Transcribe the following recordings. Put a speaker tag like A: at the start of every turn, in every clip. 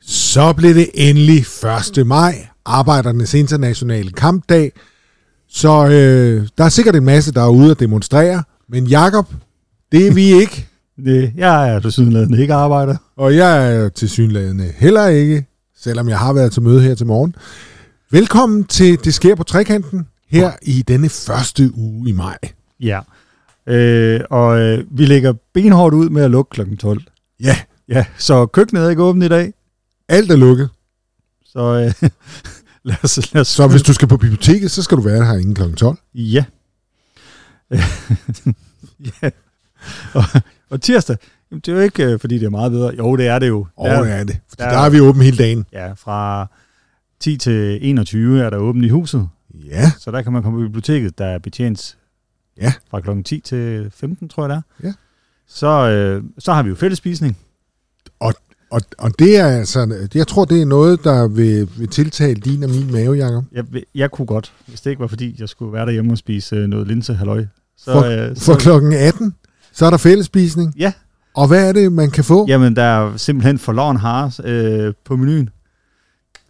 A: Så blev det endelig 1. maj, Arbejdernes Internationale Kampdag. Så øh, der er sikkert en masse, der er ude og demonstrere. Men Jakob, det er vi ikke.
B: Det, jeg er til sydenlæden ikke arbejder.
A: Og jeg er til synlædende heller ikke, selvom jeg har været til møde her til morgen. Velkommen til Det sker på trekanten her i denne første uge i maj.
B: Ja. Øh, og øh, vi lægger benhårdt ud med at lukke kl. 12.
A: Ja,
B: Ja, så køkkenet er ikke åbent i dag.
A: alt er lukket.
B: Så øh, lad os... Lad os
A: Så hvis du skal på biblioteket, så skal du være her inden kl. 12.
B: Ja. Øh, ja. Og, og tirsdag, jamen, det er jo ikke, øh, fordi det er meget bedre. Jo, det er det jo.
A: Og
B: Der-
A: ja. er det. Fordi
B: Der-
A: der, der er vi åben hele dagen.
B: Ja, fra 10 til 21 er der åbent i huset.
A: Ja,
B: Så der kan man komme på biblioteket, der er betjent
A: Ja.
B: fra kl. 10 til 15, tror jeg det er.
A: Ja.
B: Så, øh, så har vi jo fællesspisning.
A: og, og det er altså, jeg tror, det er noget, der vil, vil tiltale din og min mave, Jacob.
B: Jeg, vil- jeg kunne godt, hvis det ikke var fordi, jeg skulle være derhjemme og spise øh, noget linsehalløj. Så,
A: For-
B: øh,
A: For klokken 18, så er der fællesspisning.
B: Ja.
A: Og hvad er det, man kan få?
B: Jamen, der er simpelthen forloren har øh, på menuen.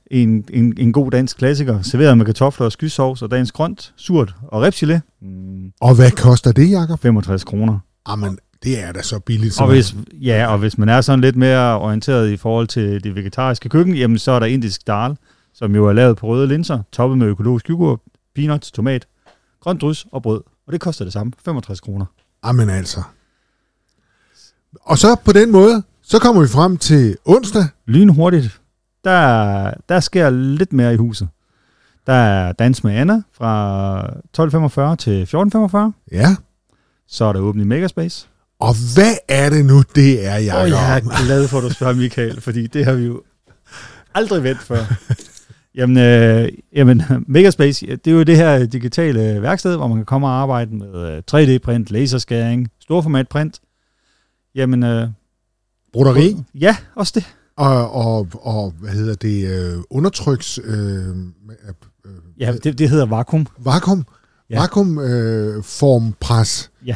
B: En, en, en god dansk klassiker, serveret med kartofler og skysovs og dagens grønt, surt og ribsgelé. Mm,
A: Og hvad koster det, Jacob?
B: 65 kroner.
A: Jamen, det er da så billigt. som-
B: Og hvis, ja, og hvis man er sådan lidt mere orienteret i forhold til det vegetariske køkken, jamen så er der indisk dal, som jo er lavet på røde linser, toppet med økologisk yoghurt, peanuts, tomat, grønt drys og brød. Og det koster det samme, 65 kroner.
A: Jamen altså. Og så på den måde, så kommer vi frem til onsdag.
B: Lynhurtigt, der, der sker lidt mere i huset. Der er dans med Anna fra 12.45 til 14.45.
A: Ja.
B: Så er der åbent i Megaspace.
A: Og hvad er det nu, det er, Jacob?
B: Og jeg er glad for, at du spørger, Michael, fordi det har vi jo aldrig vendt før. Jamen, øh, jamen, Megaspace, det er jo det her digitale værksted, hvor man kan komme og arbejde med øh, 3D-print, laserskæring, storformatprint. Jamen, øh,
A: Broderi
B: ja, også det.
A: og, og, og, hvad hedder det, øh, undertryks... Øh, øh,
B: Ja, det, det hedder vakuum.
A: vakuum,
B: Ja.
A: ja. vakuum øh, formpres.
B: Ja.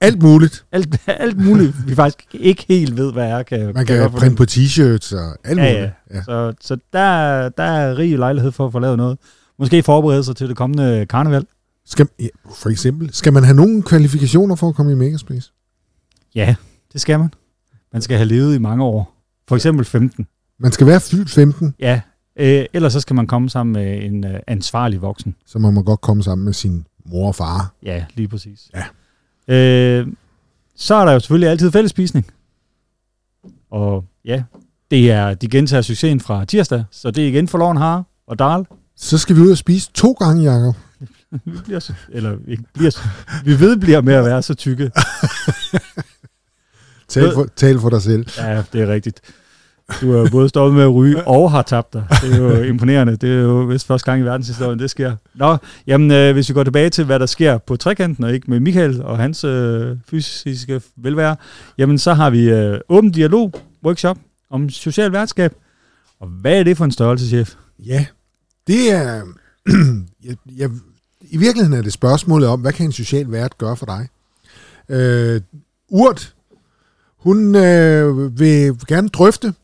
A: Alt muligt.
B: Alt, alt muligt, vi faktisk ikke helt ved, hvad er. Kan,
A: Man
B: jeg
A: kan
B: godt
A: printe på t-shirts og alt
B: Ja,
A: muligt.
B: ja. Så, så der, er- der er rig lejlighed for at få lavet noget. Måske forberede sig til det kommende karneval.
A: Skal, ja, for eksempel, skal man have nogle kvalifikationer for at komme i Megaspace?
B: Ja, det skal man. Man skal have levet i mange år. For eksempel 15.
A: Man skal være fyldt 15,
B: Ja, øh, ellers så skal man komme sammen med en øh, ansvarlig voksen.
A: så man må godt komme sammen med sin mor og far.
B: Ja, lige præcis.
A: Ja.
B: Øh, så er der jo selvfølgelig altid fællesspisning. Og ja, det er, de gentager succesen fra tirsdag, så det er igen for loven har og Darl.
A: Så skal vi ud og spise to gange, Jacob.
B: Vi bliver, så- eller vi ikke bliver, så- vi ved bliver med at være så tykke.
A: Tal for, tal for dig selv.
B: Ja, det er rigtigt. Du har jo både stoppet med at ryge og har tabt dig. Det er jo imponerende. Det er jo vist første gang i verdenshistorien, det sker. Nå, jamen øh, hvis vi går tilbage til, hvad der sker på trekanten, og ikke med Michael og hans øh, fysiske velvære, jamen så har vi øh, åben dialog, workshop om social værtskab. Og hvad er det for en størrelse, chef?
A: Ja, det er... jeg, jeg, I virkeligheden er det spørgsmålet om, hvad kan en social vært gøre for dig? Øh, Urt, hun øh, vil gerne drøfte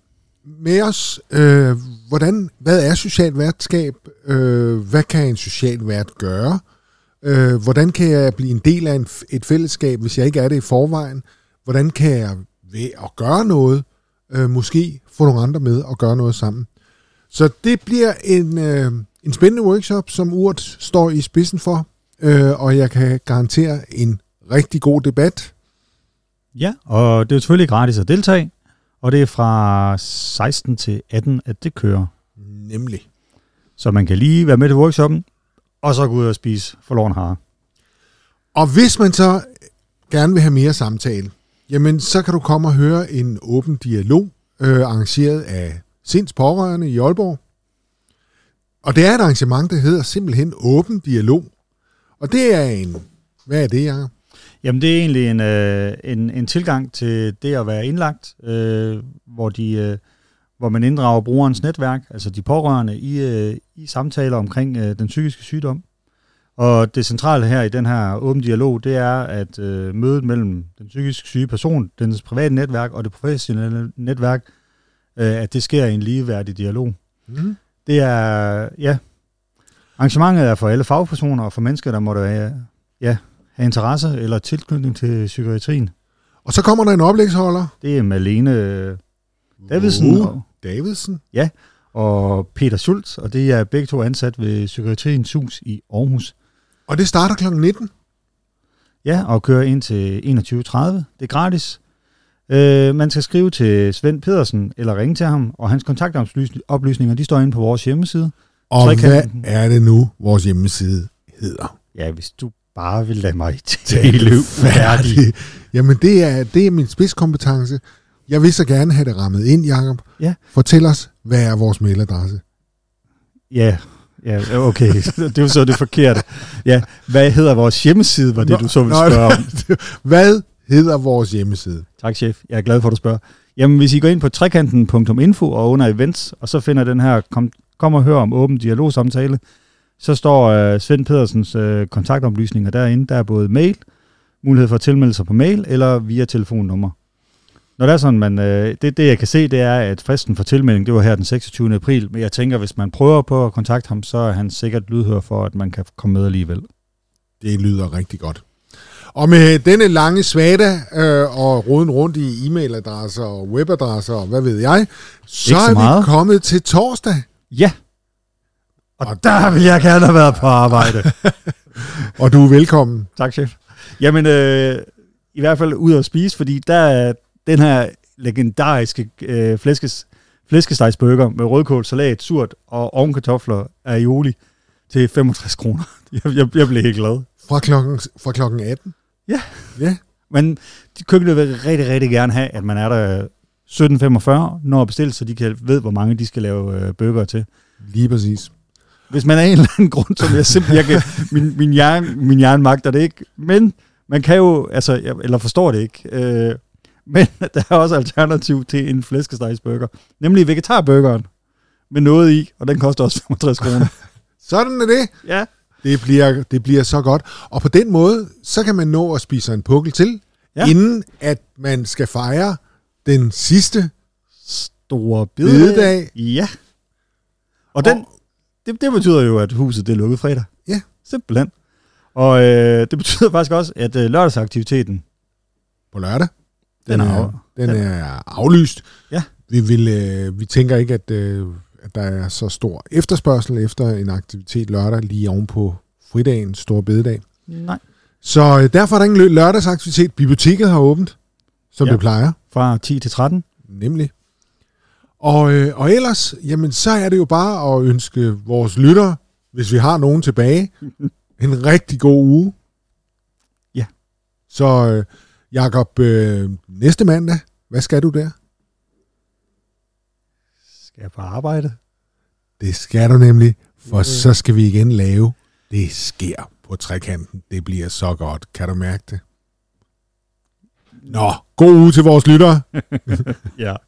A: med os, øh, hvordan, hvad er socialt værtskab? Øh, hvad kan en social vært gøre? Øh, hvordan kan jeg blive en del af en, f- et fællesskab, hvis jeg ikke er det i forvejen? Hvordan kan jeg ved at gøre noget, øh, måske få nogle andre med og gøre noget sammen? Så det bliver en, øh, en spændende workshop, som Urt står i spidsen for, øh, og jeg kan garantere en rigtig god debat.
B: Ja, og det er jo selvfølgelig gratis at deltage, og det er fra 16 til 18, at det kører.
A: Nemlig.
B: Så man kan lige være med til workshoppen, og så gå ud og spise forloren har.
A: Og hvis man så gerne vil have mere samtale, jamen så kan du komme og høre en åben dialog, øh, arrangeret af Sinds Pårørende i Aalborg. Og det er et arrangement, der hedder simpelthen Åben Dialog. Og det er en... Hvad er det, Jacob?
B: Jamen det er egentlig en, øh, en, en tilgang til det at være indlagt, øh, hvor, de, øh, hvor man inddrager brugerens netværk, altså de pårørende, i, øh, i samtaler omkring øh, den psykiske sygdom. Og det centrale her i den her åben dialog, det er, at øh, mødet mellem den psykisk syge person, dens private netværk og det professionelle netværk øh, at det sker i en ligeværdig dialog.
A: Mm.
B: Det er, ja, arrangementet er for alle fagpersoner og for mennesker, der måtte have, ja, have interesse eller tilknytning til psykiatrien.
A: Og så kommer der en oplægsholder.
B: Det er Malene øh, Davidsen
A: Uh,
B: og,
A: Davidsen.
B: og Peter Schultz, og det er begge to ansat ved Psykiatriens Hus i Aarhus.
A: Og det starter kl. 19.
B: Ja, og kører ind til 21.30. Det er gratis. Øh, man skal skrive til Svend Pedersen eller ringe til ham, og hans kontaktoplysninger, de står inde på vores hjemmeside.
A: Og hvad
B: Trekanten.
A: er det nu, vores hjemmeside hedder?
B: Ja, hvis du bare vil lade mig tale færdig.
A: Færdig. Jamen, det er, det er min spidskompetence. Jeg vil så gerne have det rammet ind, Jacob.
B: Ja.
A: Fortæl os, hvad er vores mailadresse?
B: Ja, ja, okay. det var så det forkerte. Ja, hvad hedder vores hjemmeside, var det,
A: Nå,
B: du så ville
A: nej.
B: spørge om.
A: Hvad hedder vores hjemmeside?
B: Tak, chef. Jeg er glad for, at du spørger. Jamen, hvis I går ind på trekanten.info og under events, og så finder den her, kom, kom og hør om åben dialogsamtale, så står øh, Svend Pedersens øh, kontaktoplysninger derinde. Der er både mail, mulighed for at tilmelde sig på mail, eller via telefonnummer. Når det er sådan, man, øh, det, det jeg kan se, det er, at fristen for tilmelding, det var her den 26. april, men jeg tænker, hvis man prøver på at kontakte ham, så er han sikkert lydhør for, at man kan komme med alligevel.
A: Det lyder rigtig godt. Og med denne lange svada øh, og roden rundt i e-mailadresser og webadresser og hvad ved jeg, så,
B: Ikke så
A: er vi
B: meget.
A: kommet til torsdag.
B: Ja! Og der vil jeg gerne have været på arbejde.
A: Og du er velkommen.
B: Tak, chef. Jamen, øh, i hvert fald ud at spise, fordi der er den her legendariske øh, flæskes, flæskestegsburger med rødkål, salat, surt og ovenkartofler af aioli til 65 kroner. Jeg, jeg, jeg blev helt glad.
A: Fra klokken, fra klokken 18.
B: Men de køkkenet vil rigtig, rigtig gerne have, at man er der øh, 17.45, når bestilt, så de kan ved, hvor mange de skal lave øh, bøger til.
A: Lige præcis.
B: Hvis man af en eller anden grund, som jeg simpelthen, jeg kan, min, min, hjerne, min hjerne magter det ikke, men man kan jo, altså, jeg, eller forstår det ikke, øh, men der er også alternativ til en flæskestegsburger, nemlig vegetarburgeren, med noget i, og den koster også 65 kroner.
A: Sådan er det.
B: ja.
A: Det bliver, det bliver så godt. Og på den måde, så kan man nå at spise sig en pukkel til, ja.
B: Ja.
A: inden at man skal fejre den sidste.
B: Store
A: Bededag.
B: bededag. Ja. Og den,
A: Og-
B: det, det betyder jo, at huset det er lukket fredag.
A: Ja.
B: Simpelthen. Og øh, det betyder faktisk også, at øh, lørdagsaktiviteten,
A: på lørdag.
B: Den er af-
A: den,
B: den-
A: er aflyst.
B: Ja.
A: Vi, vil, øh, vi tænker ikke, at, øh, at der er så stor efterspørgsel efter en aktivitet lørdag lige oven på fridagen, store bededag.
B: nej,
A: Så øh, derfor er der ingen lø- lørdagsaktivitet. Biblioteket har åbent, som ja.
B: Ja.
A: det plejer,
B: fra 10 til 13,
A: nemlig. Og, øh, og ellers, jamen, så er det jo bare at ønske vores lyttere, hvis vi har nogen tilbage, en rigtig god uge.
B: Ja.
A: Så øh, Jakob, øh, næste mandag, hvad skal du der?
B: skal jeg på arbejde.
A: Det skal du nemlig, for så skal vi igen lave Det sker på trekanten. Det bliver så godt. Kan du mærke det? Nå, god uge til vores lyttere.
B: Ja.